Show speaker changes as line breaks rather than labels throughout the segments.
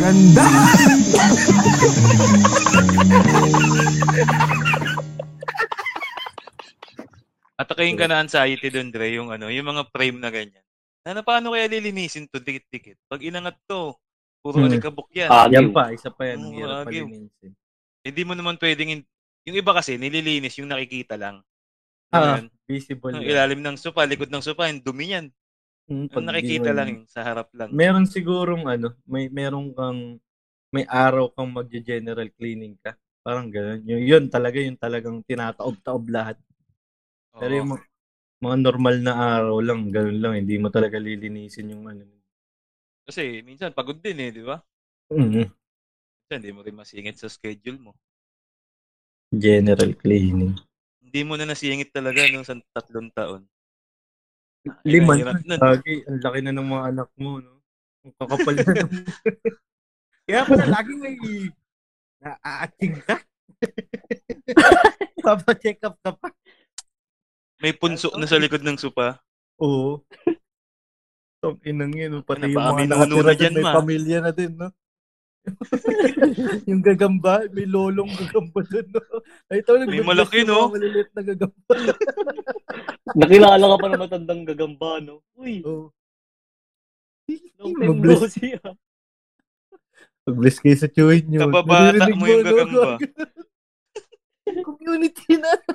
ganda.
Atakayin ka na anxiety doon, Dre, yung ano, yung mga frame na ganyan. Ano, paano kaya lilinisin to dikit-dikit? Pag inangat to, puro
Hmm.
alikabok yan.
Ah,
Yan pa, isa pa yan.
Oo,
Ang hirap
agyo.
palinisin.
Hindi mo naman pwedeng, in- yung iba kasi, nililinis yung nakikita lang.
Ah,
Yun,
Visible.
yung
yan.
ilalim ng sopa, likod ng sopa, yung dumi yan.
Mm,
Yung
pag
nakikita
ginawa
lang
niya.
yung sa harap lang.
Meron sigurong ano, may meron kang may araw kang magge-general cleaning ka. Parang gano'n. Yung, yun talaga, yung talagang tinataob-taob lahat.
Oo.
Pero yung mga, mga normal na araw lang, gano'n lang. Hindi mo talaga lilinisin yung ano.
Kasi minsan pagod din eh, di ba?
Mm,
Minsan hindi mo rin masingit sa schedule mo.
general cleaning.
Hindi mo na nasingit talaga nung sa tatlong taon.
Lima na.
Hirap nun.
Lagi, ang laki na ng mga anak mo, no? Ang kakapal na. ng-
Kaya pala, lagi may naaating ka.
Papacheck up ka pa.
May punso na sa likod ng sopa.
Oo. Tong inang yun, no? pati
Ano
yung
ba,
mga
may
nakatira
nununa
dun,
dyan,
may
ma?
pamilya na din, no? yung gagamba, may lolong gagamba dun, no? Ay, ito,
May malaki, no?
Maliliit na gagamba.
Nakilala ka pa ng matandang gagamba, no? Uy,
Oo.
long time no
Mag-bless,
siya.
mag-bless kayo sa chewin nyo.
Kababata
Naririnig
mo yung
no?
gagamba.
Community na.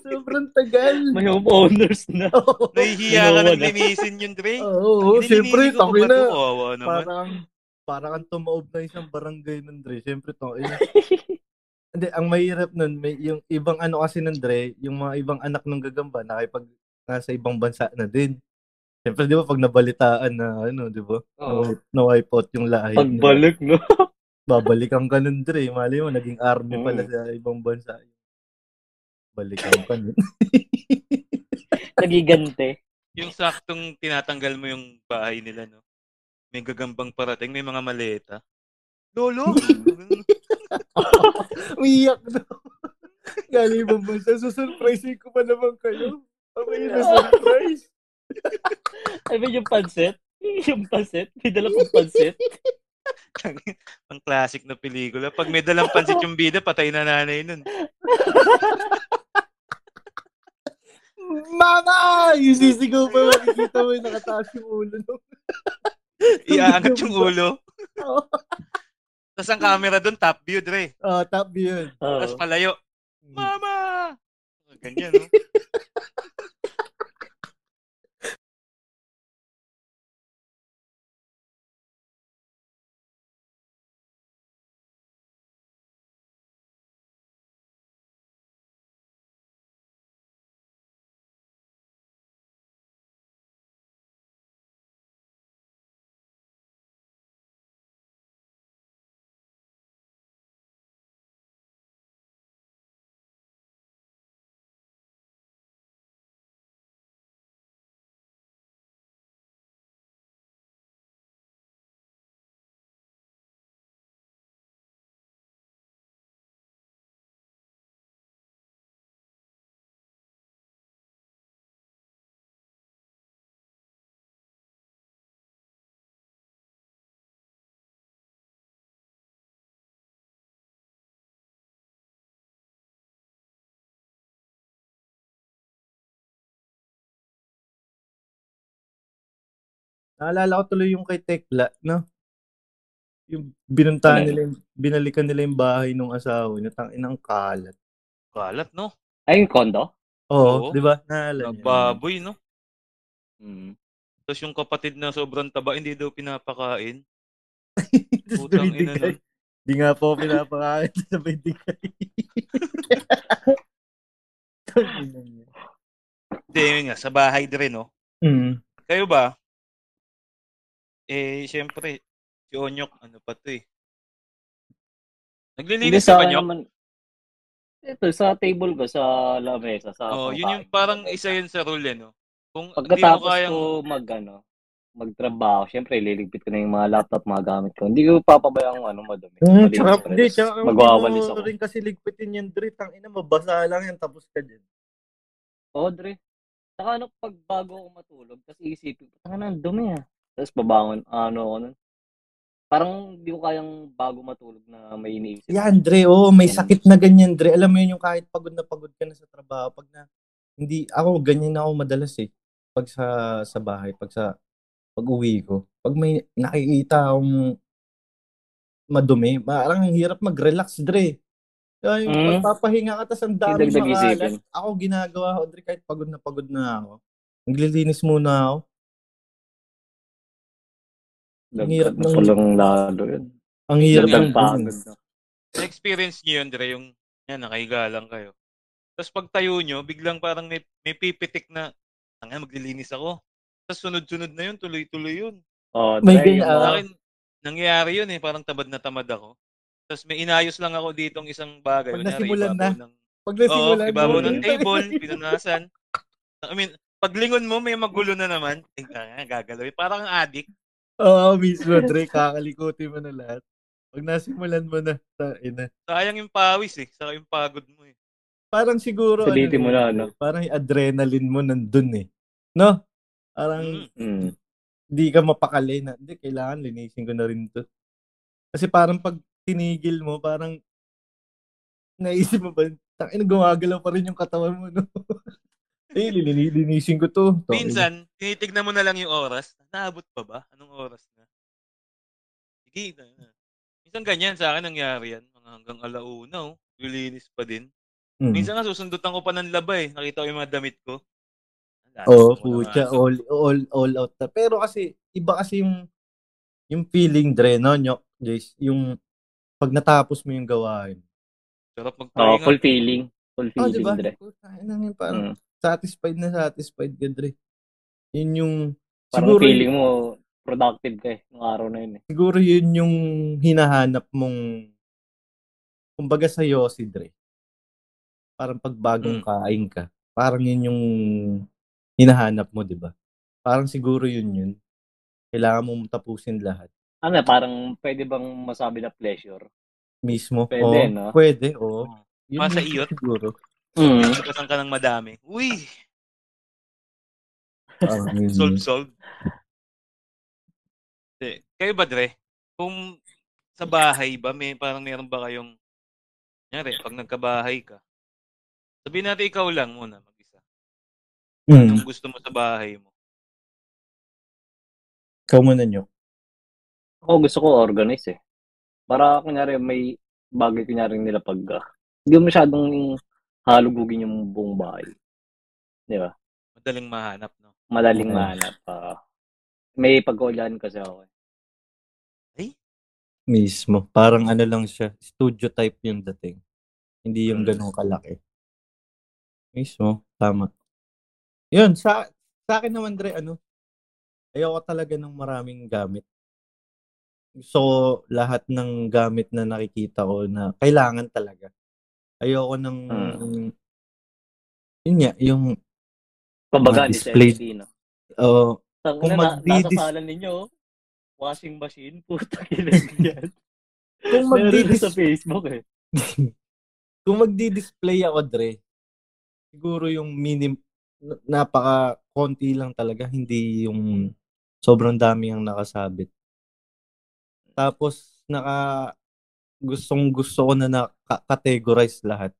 Sobrang tagal.
May homeowners na.
Oo.
Nahihiya ka nang linisin yung Dre.
Oo,
Nililinis
siyempre,
ko pa
takoy
ba to?
na.
Kawawa naman.
parang parang ang tumaob na isang barangay nun, Dre. Siyempre, to. eh. Hindi, ang mahirap nun, may, yung ibang ano kasi nun, Dre, yung mga ibang anak ng gagamba, nakipag nasa ibang bansa na din. Siyempre, di ba, pag nabalitaan na, ano, di ba,
Oo.
na wipe out yung lahi.
Pagbalik, no?
Babalikan ka nun, Dre. Mali mo, naging army
Oo.
Mm.
pala sa ibang bansa. Balikan ka nun.
Nagigante.
Yung saktong tinatanggal mo yung bahay nila, no? May gagambang parating, may mga maleta. Lolo!
Umiyak na. Galing ibang bansa. Susurprise ko pa naman kayo. Okay, na surprise.
Sabi yung pansit. Yung pansit. May dala pang pansit.
Ang classic na pelikula. Pag may dalang pansit yung bida, patay na nanay nun.
Mama! Yung sisigaw pa, makikita mo yung nakataas yung ulo. No?
Iaangat yung ulo.
Oo.
Tapos ang camera doon, top view, Dre.
Oh, top view yun.
Oo.
Tapos palayo.
Mm.
Mama! Ganyan, no?
Naalala ko tuloy yung kay Tekla, no? Yung binunta
Ano?
nila, yung- binalikan nila yung bahay ng asawa niya. Tang inang kalat.
Kalat, no?
Ay, yung kondo?
Oo.
Oo, di ba? Naalala niya.
Nagbaboy, no?
Mm.
Tapos yung kapatid na sobrang taba, hindi daw pinapakain.
Tapos
Putang ina
binigay.
nun.
Di nga po pinapakain sa bindigay. Tang ina niya.
Hindi, yun nga, sa bahay Dre, no?
Mm.
Kayo ba? Eh, syempre, si Onyok, ano pa to eh.
Hindi
Naglilinis sa
sa
Onyok?
naman. Ito, sa table ko, sa lamesa, sa
Oo, Oh, yun yung
pangkain.
parang isa yun sa rule, eh, no? Kung hindi mo
Pagkatapos
kayang...
ko mag, ano, magtrabaho, syempre, liligpit ko na yung mga laptop, mga gamit ko. Hindi ko papabayang, ano, madumi.
Mm,
Malinis
tsaka,
ako rin.
hindi, tsaka, ang
Magwawalis
hindi mo
ako.
rin kasi ligpitin yung drit. Ang ina, mabasa lang yan, tapos ka dyan.
Audrey. Saka ano, pag bago ako matulog, kasi isipin ko, tanga na, ang dumi ah. Tapos babangon, ano ako nun. Parang hindi ko kayang bago matulog na may iniisip.
Yan, Dre, oo, may sakit na ganyan, Dre. Alam mo yun, yung kahit pagod na pagod ka na sa trabaho, pag na, hindi, ako, ganyan ako madalas eh. Pag sa, sa bahay, pag sa, pag uwi ko. Pag may nakikita akong madumi, parang ang hirap mag-relax, Dre. Ay,
Mm.
magpapahinga ka, tas ang dami
Yung dagdag isipin.
makalat. Ako ginagawa ko, Dre, kahit pagod na pagod na ako. Naglilinis muna ako.
Dagdag
hirap
na
ng-
Sobrang lalo yun.
Ang hirap
Dagdag
ng
pagod.
business.
Na-experience niyo yun, Dre, yung yan, nakahiga lang kayo. Tapos pagtayo niyo, biglang parang may, may pipitik na, ang maglilinis ako. Tapos sunod-sunod na yun, tuloy-tuloy yun.
Oh,
May
dahil
ganyan,
yung
Sa
ah.
mga-
akin, nangyayari yun eh, parang tamad na tamad ako. Tapos may inayos lang ako ditong isang bagay.
Pag
Kunyari,
nasimulan
ibabaw Ng,
Pag
oo,
nasimulan
ibabaw
mo,
ng
Dre,
table, pinunasan. I mean, paglingon mo, may magulo na naman. Tingnan nga, gagalawin. Parang addict.
Oo, mismo, Dre. Kakalikuti mo na lahat. Pag nasimulan mo na, ta, ina.
Sayang yung pawis eh. Saka yung pagod mo eh.
Parang siguro,
Silitin
yun,
mo na,
Dre,
ano?
Parang yung adrenaline mo nandun eh. No? Parang
Mm.
Mm.
di ka mapakali na, hindi, kailangan linisin ko na rin to. Kasi parang pag tinigil mo, parang naisip mo ba, tang ina, gumagalaw pa rin yung katawan mo, no? Eh, linini- linisin ko to. Tang ina.
Minsan, tinitignan mo na lang yung oras. Naabot pa ba? Anong oras na? Sige, ito na. Minsan ganyan sa akin nangyari yan. Mga hanggang alauna, oh. Lilinis pa din.
Mm.
Minsan nga, susundutan ko pa ng laba eh. Nakita ko yung mga damit ko. Ang lalas
Oo,
ko na nga.
putya,
diba?
all, all, all out na. Pero kasi, iba kasi yung, yung feeling, Dre, no, nyo, guys, yung, pag natapos mo yung gawain.
Sarap
Oh,
magpahinga.
fulfilling. Fulfilling,
Oh, di ba?
Dre.
Putang ina, yun, Parang,
Mm.
satisfied na satisfied ka, Dre. Yun yung,
Parang
siguro,
feeling mo, productive ka eh, nung araw na yun eh.
siguro yun yung hinahanap mong, kumbaga sa'yo, si Dre. Parang pagbagong
Mm.
kain ka. Parang yun yung hinahanap mo, di ba? Parang siguro yun yun. Kailangan mong tapusin lahat.
Ano, parang pwede bang masabi na pleasure?
Mismo.
Pwede,
oo.
no?
Pwede, oo. Yun
Masa
yung
iyot?
Siguro.
Mm.
Sipasang Oh. ka ng madami. Uy!
Ah, yun.
Solve, solve. Eh, Kayo ba, Dre? Kung sa bahay ba, may, parang meron ba kayong, nyari, pag nagkabahay ka, sabihin natin ikaw lang muna, mag-isa.
Mm.
Anong gusto mo sa bahay mo?
Ikaw muna nyo.
Ako gusto ko organize eh. Para kunyari may bagay kunyari nila pag ah, hindi mo masyadong halugugin yung buong bahay.
Madaling mahanap, no?
Madaling
Okay.
mahanap. ah. may pagkaulan kasi ako. eh.
Mismo. Parang ano lang siya. Studio type yung dating.
Hmm.
Hindi yung
Mm.
ganun kalaki. Mismo. Tama. Yun. Sa, sa akin naman, Dre, ano? Ayoko talaga ng maraming gamit. Gusto ko lahat ng gamit na nakikita ko na kailangan talaga. Ayoko ng...
Hmm.
Yun nga, yung...
Kumbaga, ni
Mga display.
Celestino.
oh, Kung
Kung na,
magdi-
nasa sala ninyo, oh. washing machine, puta kinagyan.
kung
Meron
magdidis-
na sa Facebook eh.
kung magdi-display ako, Dre, siguro yung minim, na- napaka konti lang talaga, hindi yung sobrang dami ang nakasabit. Tapos, naka, gustong gusto ko na na-categorize lahat.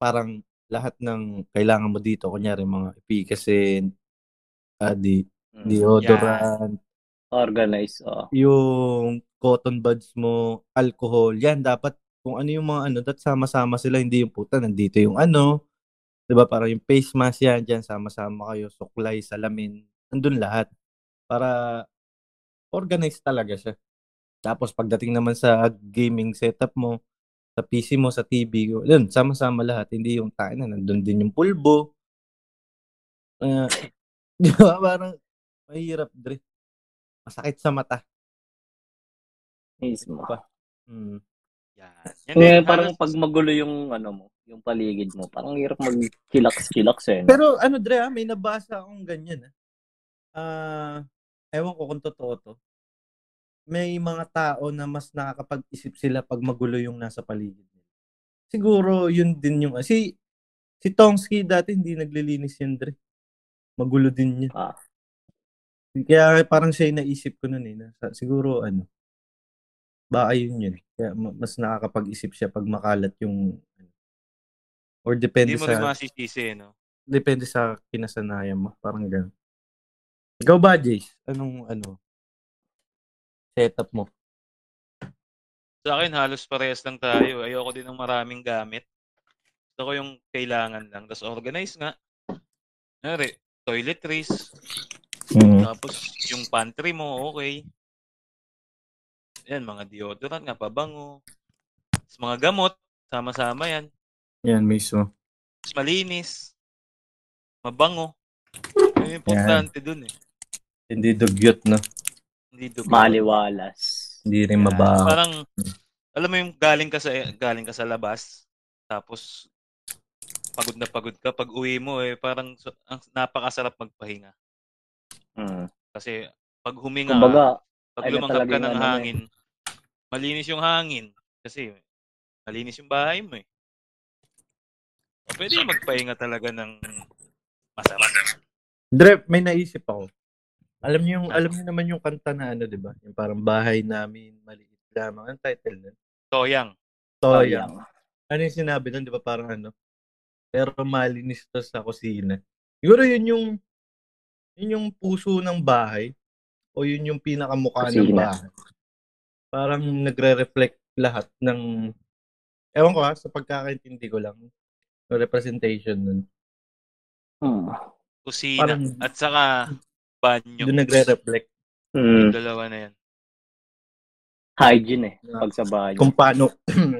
Parang lahat ng kailangan mo dito, kunyari mga ipikasin, adi,
Mm.
oh, deodorant,
Organize. Oh.
yung cotton buds mo, alcohol, yan dapat kung ano yung mga ano, dapat sama-sama sila, hindi yung puta, nandito yung ano, 'di ba? Parang yung face mask yan, diyan sama-sama kayo, suklay, salamin, nandun lahat para organized talaga siya. Tapos pagdating naman sa gaming setup mo, sa PC mo, sa TV mo, yun, sama-sama lahat, hindi yung tayo na nandun din yung pulbo. Ah, 'di ba? Parang mahirap, Dre. Masakit sa mata.
Mismo.
Mm.
Yan. Yan
Ngayon,
din,
parang
halos-
pag magulo yung ano mo, yung paligid mo, parang hirap mag-chillax-chillax eh. no?
Pero ano Dre, ah, may nabasa akong ganyan. ah. Ah, ewan ko kung totoo to. May mga tao na mas nakakapag-isip sila pag magulo yung nasa paligid nila. Siguro yun din yung ah, si si Tongski dati hindi naglilinis yan Dre. Magulo din yun.
Ah.
Kaya parang siya yung naisip ko nun eh. na sa- siguro ano, baka yun yun. Kaya ma- mas nakakapag-isip siya pag makalat yung ano, or depende
Hindi mo rin
sa
masisisi, no?
depende sa kinasanayan mo. Parang gano'n. Ikaw ba, Jace? Anong ano setup mo?
Sa akin, halos parehas lang tayo. Ayoko din ng maraming gamit. Gusto ko yung kailangan lang. Tapos organize nga. Nari, toiletries.
Mm-hmm.
Tapos yung pantry mo, okay. Yan, mga deodorant nga, pabango. Tapos mga gamot, sama-sama yan.
Yan, mismo.
Tapos malinis. Mabango. Yun yung importante dun eh.
Hindi dugyot, no?
Hindi dugo.
Maliwalas.
Hindi rin
Tapos
mabaho.
Parang, alam mo yung galing ka sa, galing ka sa labas, tapos pagod na pagod ka, pag uwi mo eh, parang so- ang napakasarap magpahinga.
Mm.
Kasi pag huminga,
Kumbaga,
pag
ayun na
lumanghap
talaga
ka
yung
ng
ano, eh.
hangin, malinis yung hangin. Kasi malinis yung bahay mo eh. O pwede magpahinga talaga ng masarap.
Dre, may naisip ako. Alam niyo yung alam niyo naman yung kanta na ano, 'di ba? Yung parang bahay namin maliit lamang ang title nun.
Toyang.
oh,
Toya.
sayang.
Ano yung sinabi nun, 'di ba? Parang ano. Pero malinis to sa kusina. Siguro yun yung yun yung puso ng bahay o yun yung pinakamukha ng
Kusina.
bahay. Parang nagre-reflect lahat ng ewan ko ha, sa pagkakaintindi ko lang yung representation nun.
Mm.
Kusina.
Parang-
at saka banyo.
Doon nagre-reflect
Mm.
Yung dalawa na yan.
Hygiene eh. Pag sa bahay.
kung paano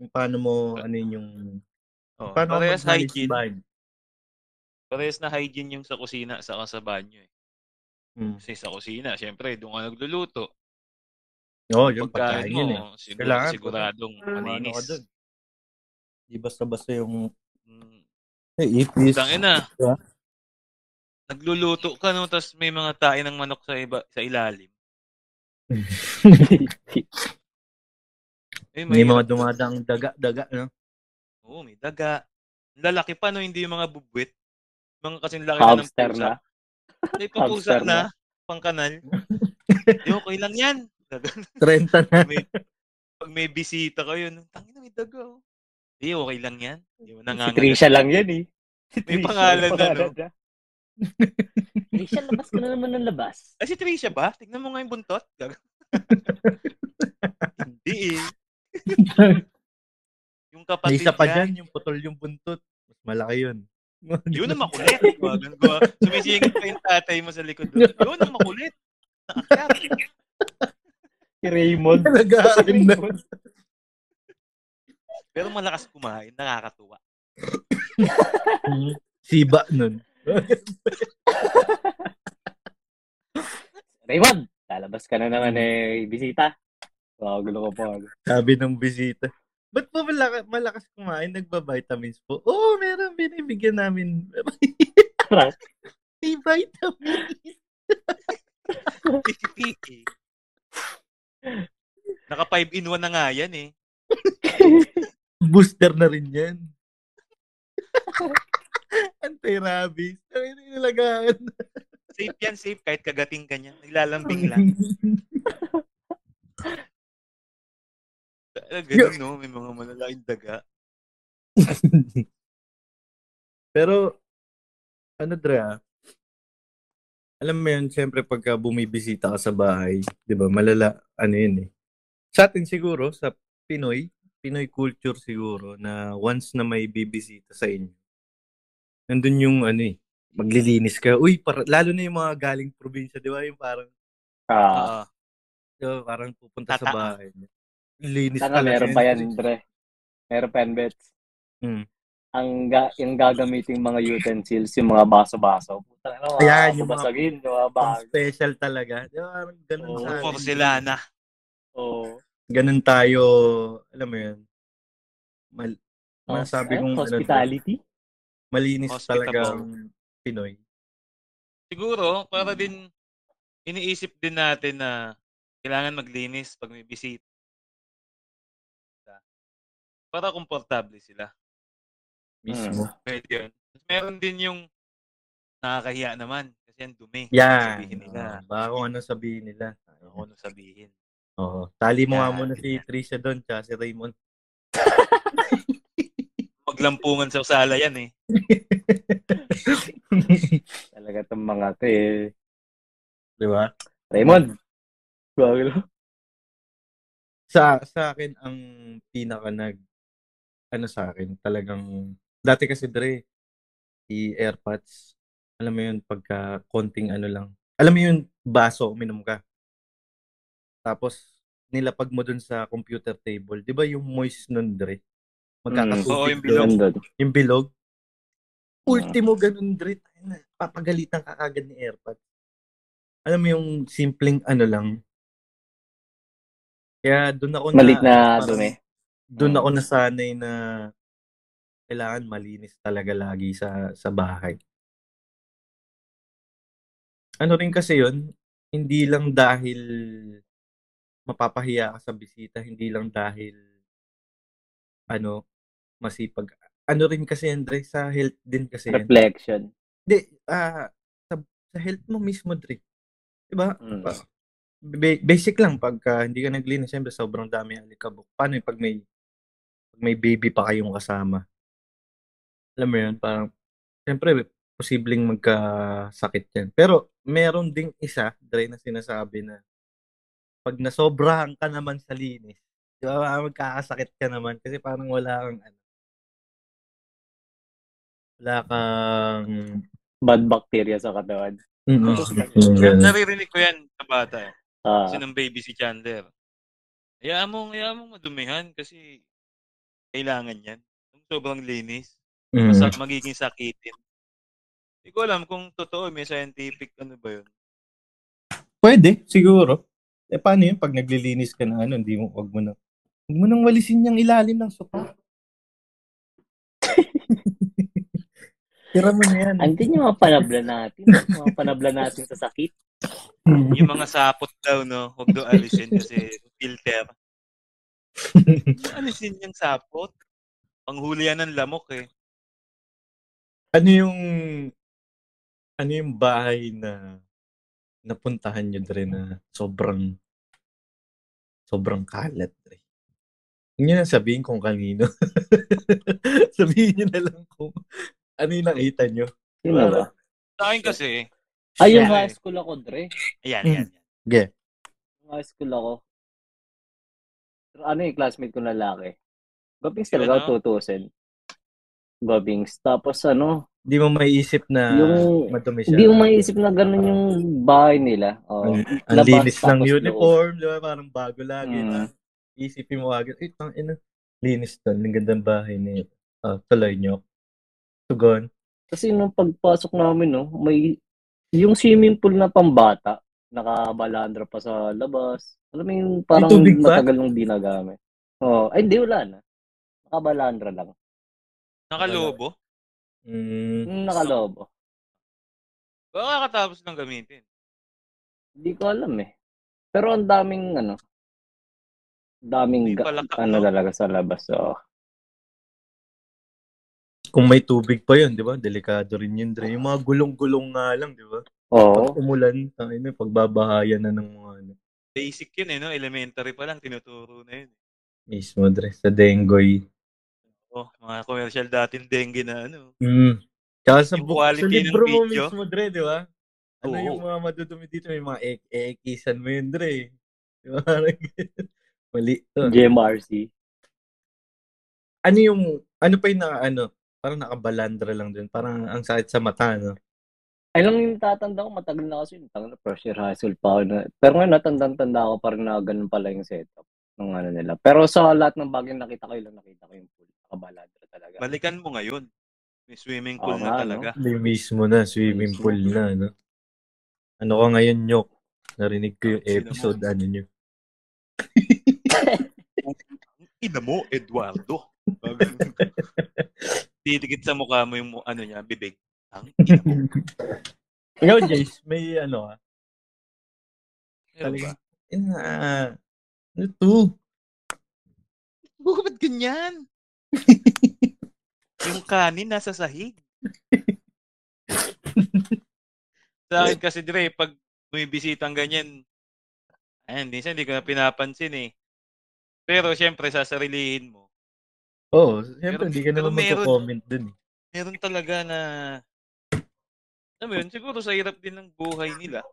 kung paano mo ano yun yung
Oo,
paano mo
parehas
mag-manage
hygiene.
bahay.
Parehas na hygiene yung sa kusina saka sa banyo eh.
Mm.
Kasi sa kusina, syempre, doon ka nagluluto.
Oo, yung
Pagkain
pagkain
mo,
yun eh.
siguro,
Kailangan-
siguradong
Ano ka dun?
maninis.
Di basta-basta yung
Mm,
hey, Diba? ipis.
Tang ina.
Ha?
Nagluluto ka no, tapos may mga tain ng manok sa iba sa ilalim. Eh,
May mga
hirap-
dumadang daga-daga. No?
Oo, oh, may daga. Ang Lalaki pa no, hindi yung mga bubwit. Mga kasing laki na ng
Hamster
pusa.
na.
May papusa
Hamster
na, pangkanal. Di, okay lang yan. Daga-
30 na.
may, pag may bisita kayo, no, tangin na may daga. oh." Di, okay lang yan. Hindi mo
Si
nangangagat.
Trisha lang yan eh. Si
May
Trisha
pangalan
ang
na, no?
niya. Trisha, labas ka na naman ng labas.
Ah, si Trisha ba? Tignan mo nga yung buntot. Gag- Hindi eh. Yung
May
kapatid
isa pa
niya,
dyan, yung putol yung buntot. Mas malaki yun.
Yun ang makulit. Mga ganun. Sumisingit pa yung tatay mo sa likod. doon. Yun ang makulit. Nakakyat.
Si Raymond. Si
Nag-aarin na.
Raymond.
Pero malakas kumain. Nakakatuwa.
Siba nun.
Raymond, lalabas ka na naman eh. Bisita. Wow, gulo ko po.
Sabi ng bisita. Ba't po malaka- malakas kumain? Nagba-vitamins po? Oo, meron. Binibigyan namin.
Parang,
May vitamin.
Piki-piki. eh. Naka 5 in 1 na nga yan eh.
Booster na rin yan. Anti-rabies. Ang ina nilagahan.
Safe yan, safe. Kahit kagating ka niya. Naglalambing lang. Talaga Ganun no. May mga malalaking daga.
Pero, ano Dre ah, alam mo yun, siyempre pagka bumibisita ka sa bahay, di ba, malala, ano yun eh. Sa atin siguro, sa Pinoy, Pinoy culture siguro, na once na may bibisita sa inyo, nandun yung ano eh, maglilinis ka. Uy, para, lalo na yung mga galing probinsya, di ba, yung parang,
ah,
Oo.
di ba, parang pupunta sa
Tata.
bahay. Linis
sana
talaga
meron
yun.
pa yan, Dre. Meron pa yan, Bets.
Hmm.
Mm.
Ang ga yung gagamitin mga utensils, yung mga baso-baso. Putang ina, mga
Ayan, yung mga-
babasagin, yung mga
Pang
bag.
special talaga. Di ba, parang ganun
Oo.
Oh,
sa atin.
porcelana.
Oo.
ganun tayo, alam mo yun, mal, masabi
Ano,
kong ano,
hospitality.
malinis
Hospitable.
talaga ang Pinoy.
Siguro, para din, iniisip din natin na kailangan maglinis pag may bisita. Para komportable sila.
Mismo.
Hmm. Pwede yun. Meron din yung nakakahiya naman. Kasi yan, dumi.
Yan.
Sabihin nila.
Ah, baka kung ano sabihin nila.
Ako nung sabihin.
Oo. Tali mo nga
Yan,
muna si
yan.
Trisha doon, tsaka si Raymond.
Maglampungan sa sala yan eh.
Talaga itong mga to eh.
Di ba?
Raymond! Bago lang.
Sa, sa akin, ang pinaka nag, ano sa akin, talagang, dati kasi Dre, i AirPods, alam mo yun, pagka konting ano lang, alam mo yun, baso, uminom ka. Tapos, nilapag mo dun sa computer table. Di ba yung moist nun, Dre? Magkakasubig
Oo, yung
dun.
bilog.
Nandun.
Yung bilog. Ultimo ganun, Dre. Tayo na, Papagalitan ka kagad ni AirPod. Alam mo yung simpleng ano lang. Kaya doon ako na...
Malit na ano,
parang
dumi.
Doon
Mm.
ako nasanay na kailangan malinis talaga lagi sa sa bahay. Ano rin kasi yun, hindi lang dahil mapapahiya ka sa bisita, hindi lang dahil ano, masipag. Ano rin kasi, Andre, sa health din kasi yan.
Reflection.
Hindi, ah, sa, sa health mo mismo, Dre. Diba?
Mm.
Pa- ba- basic lang pagka hindi ka naglinis, syempre sobrang dami ang alikabok. Paano yung pag may pag may baby pa kayong kasama? Alam mo yun, parang syempre posibleng magkasakit yan. Pero meron ding isa, Dre, na sinasabi na pag nasobrahan ka naman sa linis, di ba, magkakasakit ka naman kasi parang wala kang ano, wala kang
Bad bacteria sa katawan.
Mm,
Yan, naririnig ko yan sa bata. eh.
Ah,
Kasi nung baby si Chandler. Hayaan mong, hayaan mong madumihan kasi kailangan yan. Yung sobrang linis.
mm,
Mm-hmm.
Masa, magiging sakitin. Hindi ko alam kung totoo, may scientific ano ba yun.
Pwede, siguro. Eh, paano yun pag naglilinis ka na ano, hindi mo, wag mo na, wag mo nang walisin yung ilalim ng sopa. Tira mo na yan. eh.
andin yung mga panabla natin. Yung mga panabla natin sa sakit.
Yung mga sapot daw, no? Huwag daw alisin kasi filter. alisin yung sapot. Panghuli yan ng lamok, eh.
ano yung, ano yung bahay na napuntahan nyo dre na sobrang, sobrang kalat dre? Huwag nyo na sabihin kung kanino. sabihin nyo na lang kung ano yung nakita nyo.
Sino ba?
Sa akin kasi,
Ay, yung
Yeah.
high school ako, Dre.
ayan,
Mm.
yan.
Yung high school ako. Ano yung classmate ko na lalaki? Gobings
Sino?
talaga, tutusin. Gobings. Tapos ano,
Hindi mo maiisip na
Yung-
madumi siya.
hindi mo maisip na ganun yung bahay nila. Oh.
Ang, ang
Labas,
linis ng
tapos
uniform, di ba? Parang bago lagi.
Mm.
na Isipin mo agad, eh, tang ina, linis to. Ang gandang bahay ni ah, Tuloy Nyok. Tugon.
Kasi nung pagpasok namin, no, may yung swimming pool na pambata, nakabalandra pa sa labas. Alam mo yung parang
tubig ba?
matagal nung di nagamit. Oh, ay hindi wala na. Nakabalandra lang.
Nakalobo.
Mm.
Yung Nakalobo.
Baka katapos ng gamitin.
Hindi ko alam eh. Pero ang daming ano, daming
Hindi
ga-
pala ka-
ano talaga sa labas. So,
Kung may tubig pa yun, di ba? Delikado rin yun, Dre. Yung mga gulong-gulong nga lang, di ba?
oo.
Umulan, tang ina, pagbabahayan na ng mga ano.
Basic yun, eh, no? Elementary pa lang, tinuturo na yun. eh.
Mismo, Dre, sa dengoy.
Oh, mga commercial dating dengue na ano.
Mm. Tsaka sa,
Yung
book,
quality
sa libro
ng
mo
video.
mismo, Dre, di ba? Ano
Oo.
yung mga madudumi dito? May mga ek ekisan mo yun, Dre. Di ba? Parang ganun. Mali to.
JMRC.
Ano yung, ano pa yung naka, ano? Parang nakabalandra lang dun. Parang ang sakit sa mata, no?
Ay lang yung tatanda ko, matagal na kasi yung tanga na pressure hassle pa ako. Na, pero ngayon, natandang-tanda ako parang na ganun pala yung setup ng ano nila. Pero sa lahat ng bagay na nakita ko, yun lang nakita ko yung pool. Nakabaladra talaga.
Balikan mo ngayon. May swimming
Oo
pool na
nga, no?
talaga.
Yung mismo na, swimming
Mismo.
pool na, no? Ano ka ngayon, Nyok? Narinig ko yung
Ah, Sino mo?
episode, ano nyo.
Ina mo, Eduardo. Titikit sa mukha mo yung mu- ano niya, bibig. Ang ina mo.
Ikaw, Jace, may ano ah.
Ano ba?
Ina, ah, ano to?
Oh, ba't ganyan? yung kanin nasa sahig. Sa akin kasi, Dre, pag bumibisitang ganyan, ayun, minsan hindi ko na pinapansin eh. Pero syempre, sasarilihin mo.
Oo, oh,
Pero-
siyempre, hindi ka
pero
naman
meron-
magko-comment dun. eh.
Meron talaga na, alam mo yun, siguro sa hirap din ng buhay nila.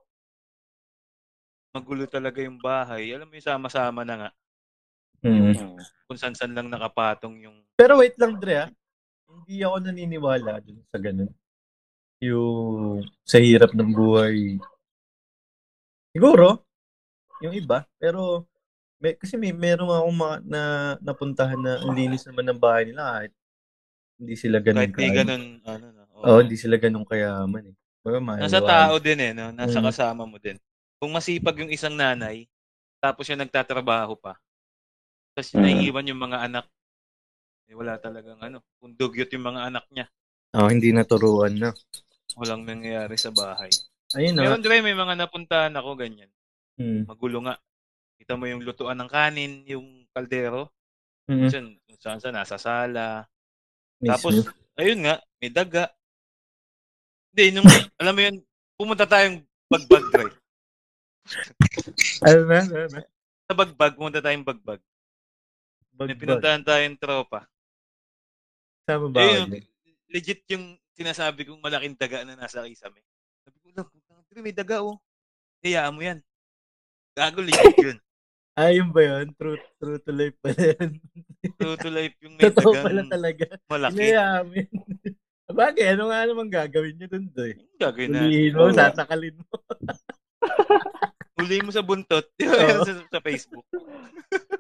Magulo talaga yung bahay. Alam mo yung sama-sama na nga.
Mm.
Mm.
Kung saan-saan lang nakapatong yung
Pero wait lang, Dre, ah. Hindi ako naniniwala dun sa ganun. Yung sa hirap ng buhay. Siguro, yung iba. Pero, may, kasi may meron akong mga, na, napuntahan na ang linis naman ng bahay nila kahit hindi sila ganun.
kahit may
kaayo.
ganun, ano, no?
Oo,
Oo.
hindi sila ganun kayaman eh. Baga,
Nasa
mahiwain.
tao din eh, no? Nasa
Mm.
kasama mo din. Kung masipag yung isang nanay, tapos yung nagtatrabaho pa, tapos
Mm.
naiiwan yung mga anak, eh, wala talagang ano, kung dugyot yung mga anak niya,
Oo, hindi naturuan na.
walang nangyayari sa bahay.
Ayun ah. na.
Meron din eh, may mga napuntahan ako ganyan.
Mm.
Magulo nga. Kita mo yung lutuan ng kanin, yung kaldero,
Mm.
saan saan saan, nasa sala.
Mismo.
Tapos, ayun nga, may daga. Hindi, nung, alam mo yun, pumunta tayong bagbag drive.
ano na, ano na.
Sa bagbag, pumunta tayong bagbag. May
Bagbag.
pinuntahan tayong tropa.
Sama ba?
Ayun,
ako dun?
legit yung sinasabi kong malaking daga na nasa kisame. Sabi ko lang, putang ina, may daga oh. Hayaan mo yan. Gago, legit yun.
Ayun ba yun? True, true to life pa yun.
True to life yung may
Totoo pala
dagang
talaga.
malaki.
Inayamin. Bagay, ano nga naman gagawin nyo dun doy?
Yung Gagawin na.
Hulihin mo,
Oo.
sasakalin mo.
Huli mo sa buntot. Di ba
Oo.
yun sa, sa Facebook?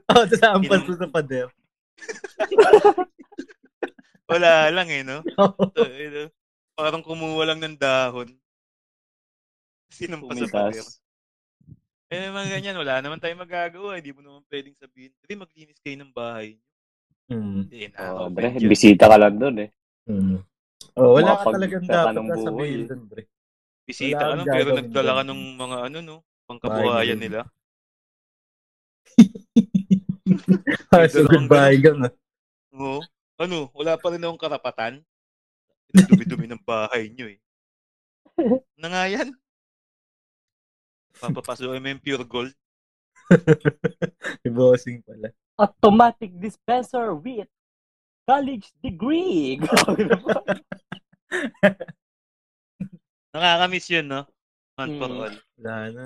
O, tapos aampas Oh, mo sa pader.
Wala lang eh, no?
Oo.
So, you know, parang kumuha lang ng dahon. Sinumpa sa pader.
Tumitas.
Eh, mga ganyan, wala naman tayong magagawa. Hindi mo naman pwedeng sabihin, hindi, maglinis kayo ng bahay.
Mm.
Hindi,
Oo,
nakaka-offend
Dre,
yun.
bisita ka lang doon eh.
Mm. Oh, wala ka
Mapag-
talagang
ka
dapat
ng
na
buhay.
sabihin dun, pre.
Bisita ka
Wala akong
lang, pero
gagawin
nagdala ka
dyan.
ng mga ano, no? Pangkabuhayan
Bagay.
nila.
Ah,
Dito
so
lang ang
goodbye gang. ah.
Oo. Ano, wala pa rin akong karapatan. Dumi-dumi ng bahay nyo eh. Na nga yan? Papapasukin mo yung pure gold.
Si bossing pala.
Automatic dispenser with college degree. Grabe na pa.
Nakakamiss yun, no? One for
Mm.
all.
Wala na.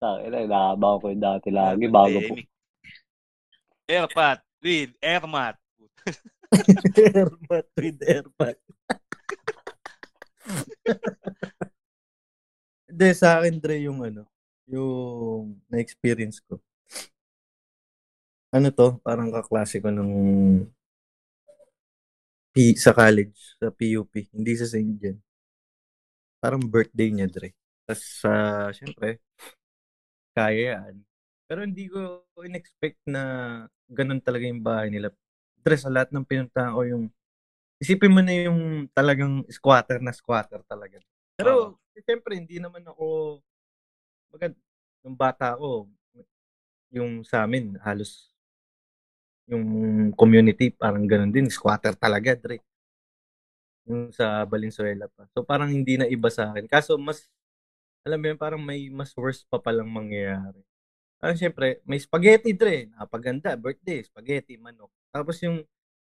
Tangina, inaabang ko yung dati lagi bago po.
Pandemic. Airpat with Airmat.
Airmat with airpat. Hindi, sa akin, Dre, yung ano, yung na-experience ko. Ano to? Parang kaklase ko nung P, sa college, sa PUP. Hindi sa St. John. Parang birthday niya, Dre. Tapos, ah, syempre, kaya yan. Pero hindi ko in-expect na ganun talaga yung bahay nila. Dre, sa lahat ng pinuntahan ko yung... Isipin mo na yung talagang squatter na squatter talaga. Pero, siyempre, hindi naman ako... Baga, nung bata ako, yung sa amin, halos yung community, parang ganun din. Squatter talaga, Dre. Yung sa Valenzuela pa. So, parang hindi na iba sa akin. Kaso, mas... Alam mo yun, parang may mas worse pa palang mangyayari. Parang siyempre, may spaghetti, Dre. Napaganda, birthday, spaghetti, manok. Tapos yung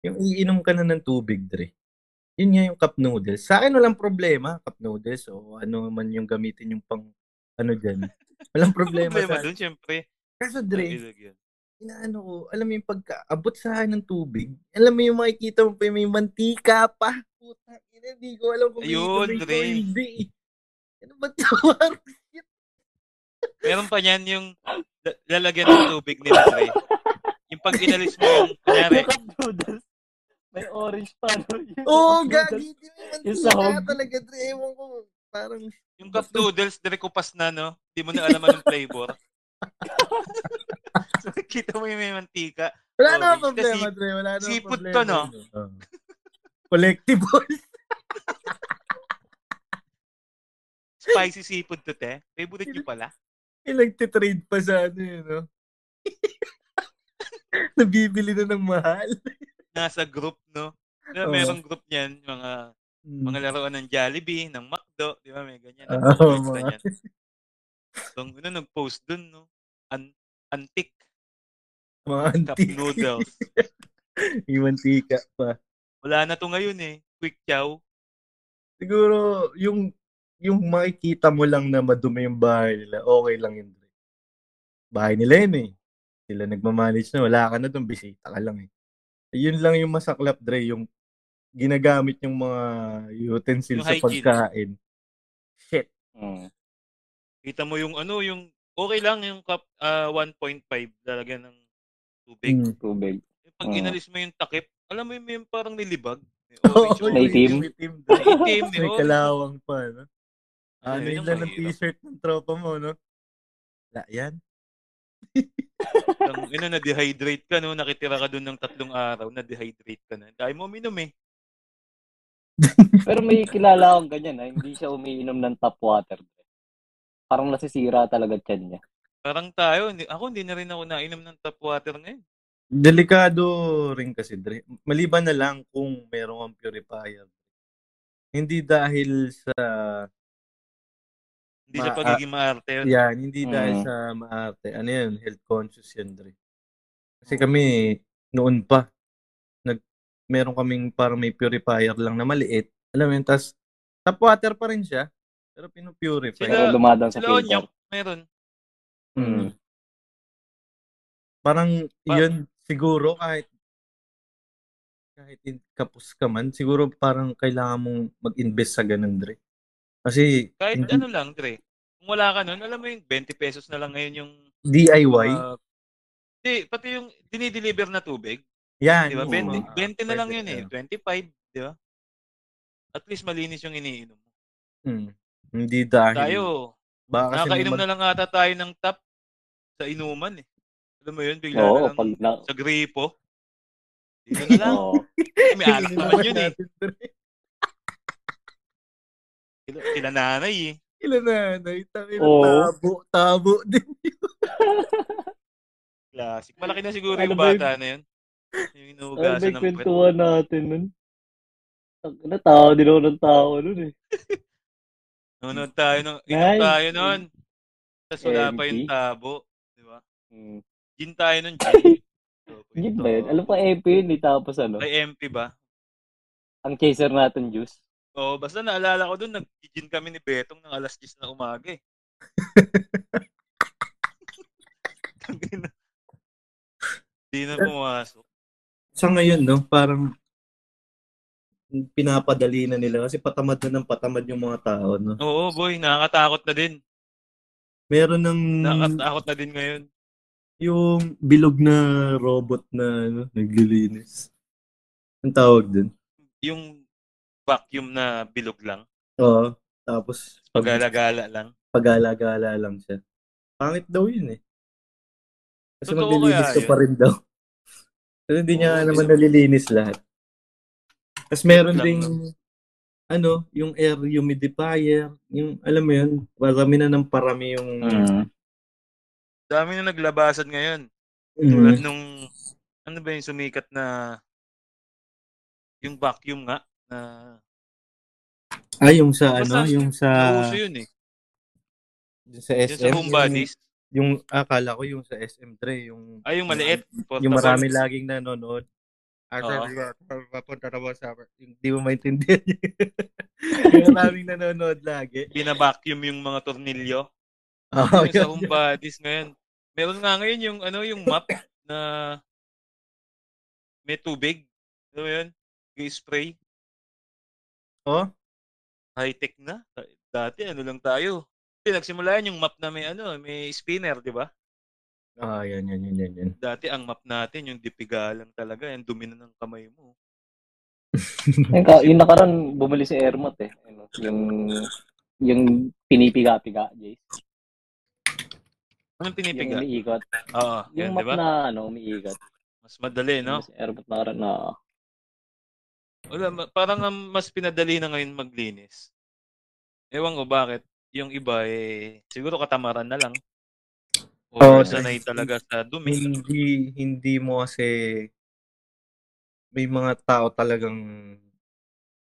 yung iinom ka na ng tubig, Dre. Yun nga yung cup noodles. Sa akin, walang problema, cup noodles. O ano man yung gamitin yung pang, ano dyan. Walang problema,
Problema
sa
dun, syempre.
Kaso, Dre,
Ilag yun.
inaano ko, alam mo yung pagkaabot sa akin ng tubig, alam mo yung makikita mo pa yung may mantika pa. Puta, ina, hindi ko alam kung may
Ayun,
tuloy ko
Dre.
o hindi. Ano ba tawar?
Meron pa niyan yung la- lalagyan ng tubig nila, Dre. Yung pag inalis mo yung, kunyari,
Yung cup noodles, may orange pa. no? Yung
Oo,
cup noodles.
gagi, hindi mo yung
Yung
mantika
sahog.
talaga, Dre. Ewan ko, parang,
yung cup noodles, Dre, kupas na, no? Hindi mo na alam anong flavor. so, kita mo yung may mantika.
wala
Oh,
na
Dre,
problema,
kasi
Dre. Wala na
seafood
problema.
to, no?
yun, oh. Collectible.
Spicy seafood to, te. Favorite nyo pala.
Eh, nagtitrade pa sa ano yun, no? Nabibili na ng mahal.
Nasa group, no? Diba,
Oo.
Merong group niyan, mga
Mm.
Mga laruan ng Jollibee, ng McDo, di ba? May ganyan.
Oo,
Nagpo-post na
Ah, mga-
yan. So, ang una nag-post dun, no? An- antique
Mga
cup
antik.
noodles.
Yung mantika pa.
Wala na to ngayon eh. Quick chow.
Siguro, yung yung makikita mo lang na madumi yung bahay nila, okay lang yun. Dre. Bahay nila yun eh. Sila nagmamanage na, wala ka na dun, bisita ka lang eh. Yun lang yung masaklap, Dre, yung ginagamit yung mga utensils
Yung
sa
hygiene.
pagkain. Shit.
Mm.
Kita mo yung ano, yung okay lang yung cup ah, 1.5 lalagyan ng tubig.
Mm.
Tubig.
Eh, Pag
Oo.
inalis mo yung takip, alam mo yung, yung parang nilibag. May
Oo,
orange,
yung
May
orange.
team.
May team, Dre.
May team,
May
oo.
kalawang pa, no?
Ayun,
Ano
yun
yun
ang
lang ng
mahirap.
t-shirt ng tropa mo, no? Wala yan.
Ang ina na dehydrate ka no, nakitira ka doon ng tatlong araw, na dehydrate ka na. Dahil mo uminom eh.
Pero may kilala akong ganyan ha, hindi siya umiinom ng tap water. Parang nasisira talaga tiyan niya.
Parang tayo, hindi, ako hindi na rin ako nainom ng tap water ngayon.
Delikado rin kasi, Dre. Maliban na lang kung merong ang purifier. Hindi dahil sa,
Hindi sa
Ma-
pagiging maarte yun.
yan, hindi dahil
Mm.
sa maarte. Ano yun, health conscious yan, Dre. Kasi kami, noon pa, nag, meron kaming parang may purifier lang na maliit. Alam mo yun, tas tap water pa rin siya, pero pinupurify.
Sila-
Pero dumadaan sa
Sila onyak,
filter.
meron.
Mm.
Parang
Pa-
yun siguro kahit kahit in- kapos ka man, siguro parang kailangan mong mag-invest sa ganun, Dre. Kasi
Kahit
hindi-
ano lang, Dre. Kung wala ka nun, alam mo yung 20 pesos na lang ngayon yung...
DIY,
ah, Hindi, pati yung dinideliver na tubig.
yan.
Di ba?
oo.
20, 20 na lang
Pwede,
yun eh.
yeah.
25, di ba? At least malinis yung iniinom mo.
Mm. Hindi dahil.
Tayo,
baka kasi
nakainom
mag-
na lang ata tayo ng tap sa inuman eh. Alam mo yun, bigla na
Oo,
lang
pag na...
sa gripo. Dito na lang.
Oo.
May alak naman yun eh.
Natin, Dre.
Kila, kila nanay eh.
Ilan na, naitang ilan,
Oo.
tabo, tabo din.
Classic. Malaki na siguro
Ano
yung
ba yun?
bata na yun. Yung
Ano ba
inuugasan
yung
ng puwet.
kwentuhan natin nun? Ang- Ano, tao din ako ng tao nun eh.
Nunod tayo nun. Inom
Nice.
tayo nun. Tapos wala pa
MVP.
yung tabo. Di ba? Hmm.
Mm.
Gin tayo nun. Gin.
Yun ba yun? Alam ko, EP yun eh, tapos ano?
Ay, MP ba?
Ang chaser natin, Juice.
Oo, basta naalala ko dun, nag-gin kami ni Betong ng alas 10 na umaga eh. Tangina. Di na pumasok.
Sa ngayon, no, parang pinapadali na nila kasi patamad na ng patamad yung mga tao, no.
Oo, boy, nakakatakot na din.
Meron ng
Hmm.
Nakakatakot na din ngayon.
Yung bilog na robot na ano, naglilinis. Ang tawag dun.
Yung vacuum na bilog lang.
Oo. Tapos, pag,
Pagala-gala lang.
pagala-gala lang siya. Pangit daw yun eh. Kasi
Totoo
maglilinis
kaya
ka
yun?
pa rin daw. Kasi hindi niya
Oo,
nga naman
bilog.
nalilinis lahat. Tapos meron
Lang
ding, ano, yung air humidifier, yung, alam mo yun, parami na ng parami yung,
Hmm. Dami na naglabasan ngayon. Tulad
mm,
nung, ano ba yung sumikat na, yung vacuum nga, na,
ah, yung sa, ano,
Basta-
yung sa,
nauso yun eh.
yung sa
Yung sa
SM,
home bodies.
yung akala ko yung sa SM Dre, yung
Ay, yung maliit. portable.
yung marami laging nanonood.
Oo.
After "Ah, papunta na ba sa hindi mo maintindihan yun. yung maraming nanonood lagi.
Binabacuum yung mga tornilyo.
Oo,
Yung sa
Oh, yun.
home bodies ngayon. Meron nga ngayon yung, ano, yung map na may tubig. Ano yun? Yung spray.
Oh?
High-tech na. Dati, ano lang tayo. Pinagsimulaan yung map na may, ano, may spinner, di ba?
Ah, yan, yan, yan, yan, yan.
Dati, ang map natin, yung dipiga lang talaga. Yung dumi na ng kamay mo.
Yung, ka- yung nakaraan, bumili si Ermot eh. Ano, Yung, yung pinipiga-piga, Jace.
Anong
Yung
pinipiga?
umiikot.
Oo, yun,
Yung
di
map
ba?
na, ano, umiikot.
Mas madali, no?
Si Ermot nakaraan na,
Wala, ma- parang ang mas pinadali na ngayon maglinis. Ewan ko bakit. Yung iba eh, siguro katamaran na lang. O
Oo,
sanay
dahil-
talaga sa dumi.
Hindi, hindi mo kasi may mga tao talagang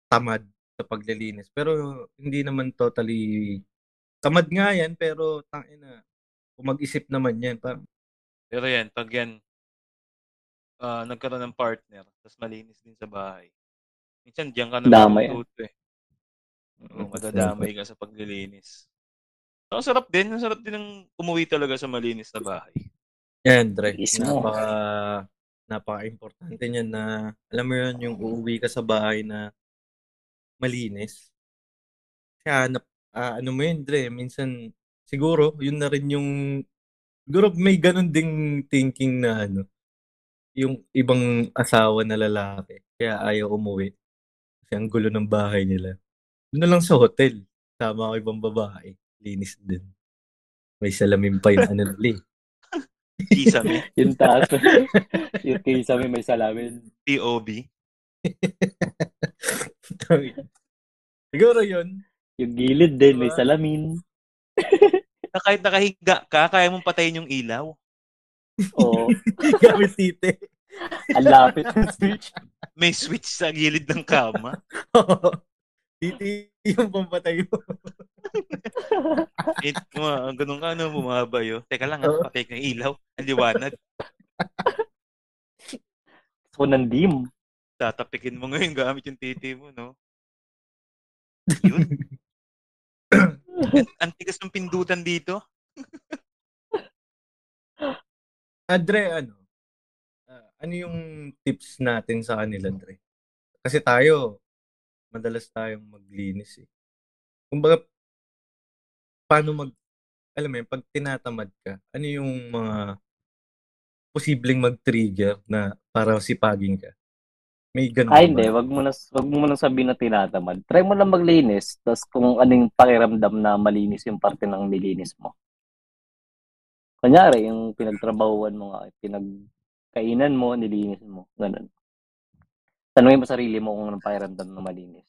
tamad sa paglilinis. Pero hindi naman totally tamad nga yan pero tangin na mag-isip naman yan parang
Pero yan, pag yan, ah, nagkaroon ng partner, tapos malinis din sa bahay. Minsan, diyan ka na
Damay.
matututo eh. Oo, madadamay ka sa paglilinis. So, ang sarap din. Ang sarap din ng umuwi talaga sa malinis na bahay.
Yan, Dre.
Yes, no.
Napaka, napaka-importante niyan na, alam mo yun, yung uuwi ka sa bahay na malinis. Kaya, hanap, ah, ano mo yun, Dre, minsan, siguro, yun na rin yung, siguro may ganun ding thinking na, ano, yung ibang asawa na lalaki. Kaya ayaw umuwi. Kasi ang gulo ng bahay nila. Doon na lang sa hotel. Tama ko ibang babae. Linis din. May salamin pa yung ano nila eh.
Kisame,
Yung taas. yung case may may salamin.
POB.
Siguro yun.
Yung gilid din,
Diba?
may salamin.
Na kahit nakahiga ka, kaya mong patayin yung ilaw.
Oo.
Gamit tite.
Ang lapit ng switch.
May switch sa gilid ng kama.
titi yung pampatay mo.
It, mga, ganun ka, ano, bumaba yun. Teka lang,
Oo.
oh. patay ng ilaw. Ang liwanag.
So, nandim.
Diba?
Tatapikin mo ngayon gamit yung titi mo, no? Yun. Ang- Ang tigas ng pindutan dito.
Andre, ano? ah, ano yung tips natin sa kanila, Andre? Kasi tayo, madalas tayong maglinis eh. Kumbaga, paano mag... Alam mo yun, pag tinatamad ka, ano yung mga posibleng mag-trigger na para sipagin ka? May ganun
Ay,
ba?
hindi. Wag mo, na, wag mo na sabihin na tinatamad. Try mo lang maglinis. Tapos kung anong pakiramdam na malinis yung parte ng nilinis mo. Kunyari, yung pinagtrabahuan mo nga, pinagkainan mo, nilinis mo. Ganun. Tanungin mo sarili mo kung anong pakiramdam na malinis.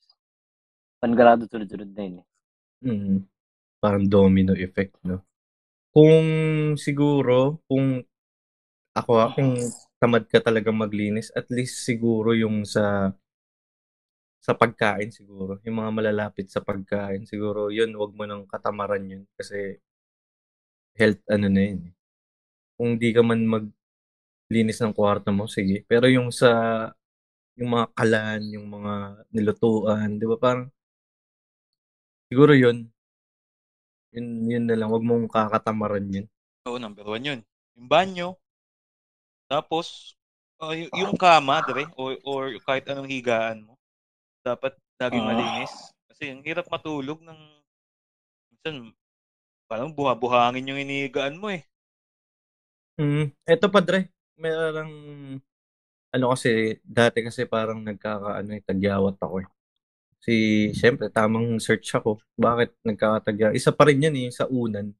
Pangrado tulad-tulad na yun. eh.
Mm. Parang domino effect, no? Kung siguro, kung ako, ah, kung tamad ka talaga maglinis, at least siguro yung sa sa pagkain siguro, yung mga malalapit sa pagkain siguro, yun, wag mo nang katamaran yun kasi health ano na yun. eh. Kung di ka man maglinis ng kwarto mo, sige. Pero yung sa yung mga kalan, yung mga nilutuan, di ba parang Siguro yun. Yun, yun na lang. Huwag mong kakatamaran yun.
Oo, number one yun. Yung banyo. Tapos, ah, y- yung kama, dre, or, or kahit anong higaan mo. Dapat laging
Ah.
malinis. Kasi ang hirap matulog ng... Minsan, parang buha-buhangin yung inihigaan mo eh.
Mm. Eto, Padre. Merang, ano kasi, dati kasi parang nagkakaano, eh, tagyawat ako eh. Si, syempre, tamang search ako. Bakit nagkakatagya? Isa pa rin yan eh, sa unan.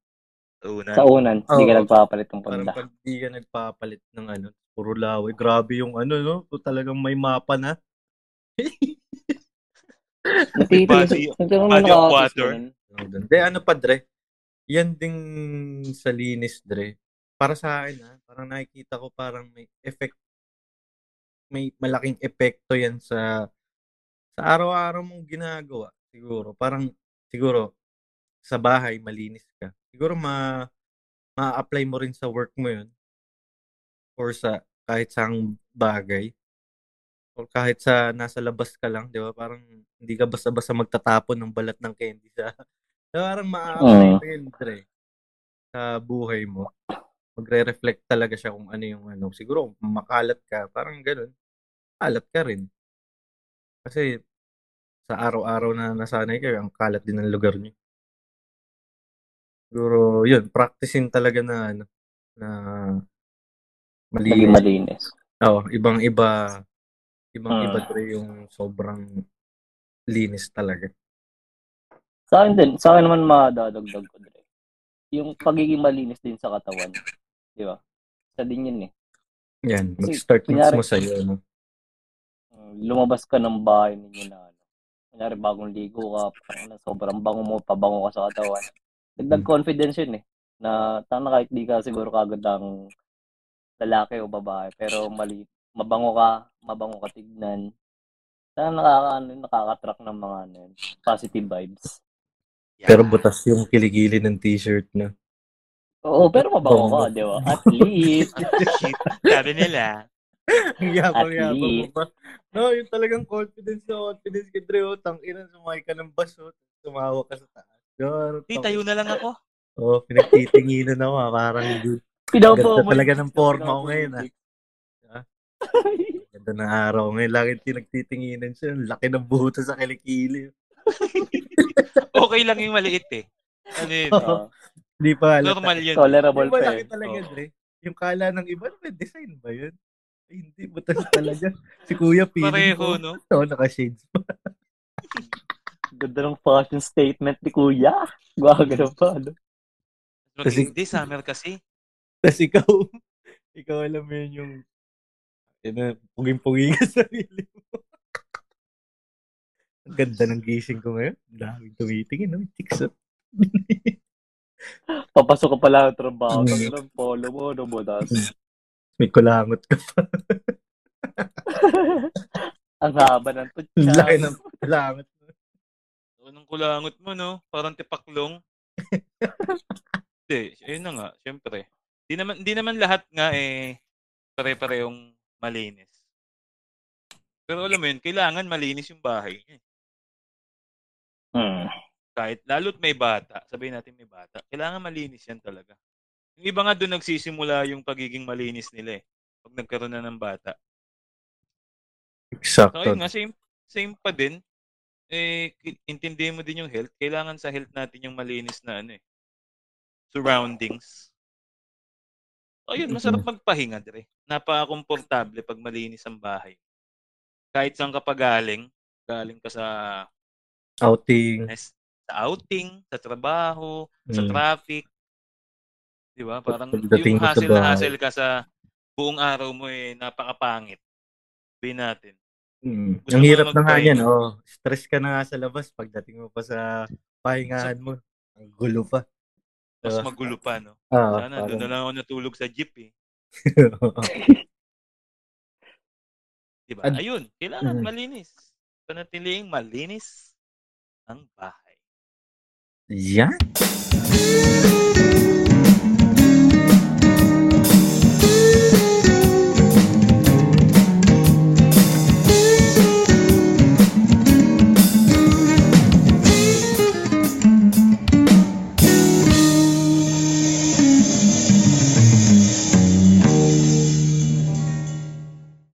Una.
Sa unan, hindi ka
Oo.
nagpapalit ng
Parang
panda.
pag di ka nagpapalit ng ano, puro laway. Grabe yung ano, no? O, Talagang may mapa na.
Natitiis.
Body-
Nagkaroon
body
ng
of
nakakas
water.
yun.
De, ano pa, Dre? Yan ding sa linis, Dre. Para sa akin, ha? parang nakikita ko parang may effect, may malaking epekto yan sa sa araw-araw mong ginagawa. Siguro, parang, siguro, sa bahay, malinis ka. Siguro, ma, ma-apply mo rin sa work mo yun or sa kahit saang bagay or kahit sa nasa labas ka lang, di ba? Parang hindi ka basta-basta magtatapon ng balat ng candy sa So, parang ma-apply
Oo.
mo yun, Dre, sa buhay mo. Magre-reflect talaga siya kung ano yung ano. Siguro, kung makalat ka, parang ganun. Kalat ka rin. Kasi, sa araw-araw na nasanay kayo, ang kalat din ng lugar niyo. Siguro, yun, practicein talaga na, ano, na
Maging
malinis.
malinis.
Oo, ibang-iba, ibang-iba
Ah.
Dre, yung sobrang linis talaga.
Sa akin din, sa akin naman madadagdag ko dre. Yung pagiging malinis din sa katawan. Di ba? Sa din yun eh.
Yan,
Kasi,
mag-start
kunyari-
mismo sa'yo, ano. no?
Mm, Lumabas ka ng bahay ninyo na ano. Kunyari bagong ligo ka, parang na sobrang bango mo, pabango ka sa katawan. Dagdag confidence yun eh. Na tama kahit di ka siguro kagad ang lalaki o babae, pero mali, mabango ka, mabango ka tignan. Sana nakaka, ano, nakaka-track ng mga ano, yun, positive vibes.
Yeah.
Pero butas yung kiligili ng t-shirt na.
Oo, pero mabango ka, di ba? At least.
ah, Shit. Sabi nila.
Ang
At
yabang yabang mo
least.
ba? No, yung talagang confidence na confidence kay Dre. Oh, tangina, sumakay ka ng baso. Tumawa ka sa taas. Yun,
Di, tayo na lang ako.
Oo, oh, pinagtitinginan ako. ah, Parang good.
Pinapamoy.
Ganda talaga ng porma ko ngayon, ah.
ah.
Ganda ng araw ngayon. Lagi pinagtitinginan siya. Ang Laki ng buhutan sa kilikili.
Okay lang yung maliit eh. Ano yun?
Hindi pa alam.
Normal yun.
tolerable
Yung
pa
malaki
eh.
talaga,
Oo.
Dre. Yung kala ng iba, ano ba, design ba yun? Ay, hindi, butas talaga. si Kuya Pili.
Pareho, no?
Oo, naka-shades pa.
Ganda ng fashion statement ni Kuya. Gwaga pa, ano?
Kasi-
Hindi, summer kasi.
Tapos ikaw, ikaw alam mo yun yung, yun na, puging-pugi ka sa sarili mo. Ang ganda ng gising ko ngayon. Ang daming tumitingin, no? Chicks, ah.
Papasok ka pala ng trabaho.
Mm.
Tapos ng polo mo, ano mo, tapos.
May kulangot ka pa.
Ang haba ng tutsa.
Ang laki ng kulangot.
Anong kulangot mo, no? Parang tipaklong. Hindi, ayun na nga, syempre. Di naman, di naman lahat nga eh pare-parehong malinis. Pero alam mo yun, kailangan malinis yung bahay niya. eh.
Hmm.
Kahit lalo't may bata, sabihin natin may bata, kailangan malinis yan talaga. Yung iba nga doon nagsisimula yung pagiging malinis nila eh. Pag nagkaroon na ng bata. So
Exacto.
ayun nga, same, same pa din. Eh, ki- intindihin mo din yung health. Kailangan sa health natin yung malinis na ano eh. Surroundings. So ayun, masarap magpahinga dire. Napaka-komportable pag malinis ang bahay. Kahit saan ka pa galing, galing ka sa,
Outing.
nes- sa outing, sa trabaho, sa
Mm.
traffic. Di ba? Parang yung
Pagdating mo sa
hassle na
bahay.
hassle ka sa buong araw mo eh, napakapangit. Sabihin natin.
Mm.
Gusto
Ang
mo
hirap na nga
magpahinga.
yan, oh. Stress ka na nga sa labas pagdating mo pa sa pahingahan mo. Ang gulo pa.
Mas
Diba?
magulo pa, no?
Ah,
Sana, doon na lang ako natulog sa jeep eh. Diba?
Ad-
Ayun, kailangan
Mm.
malinis. Panatiliing malinis ang bahay.
Yan.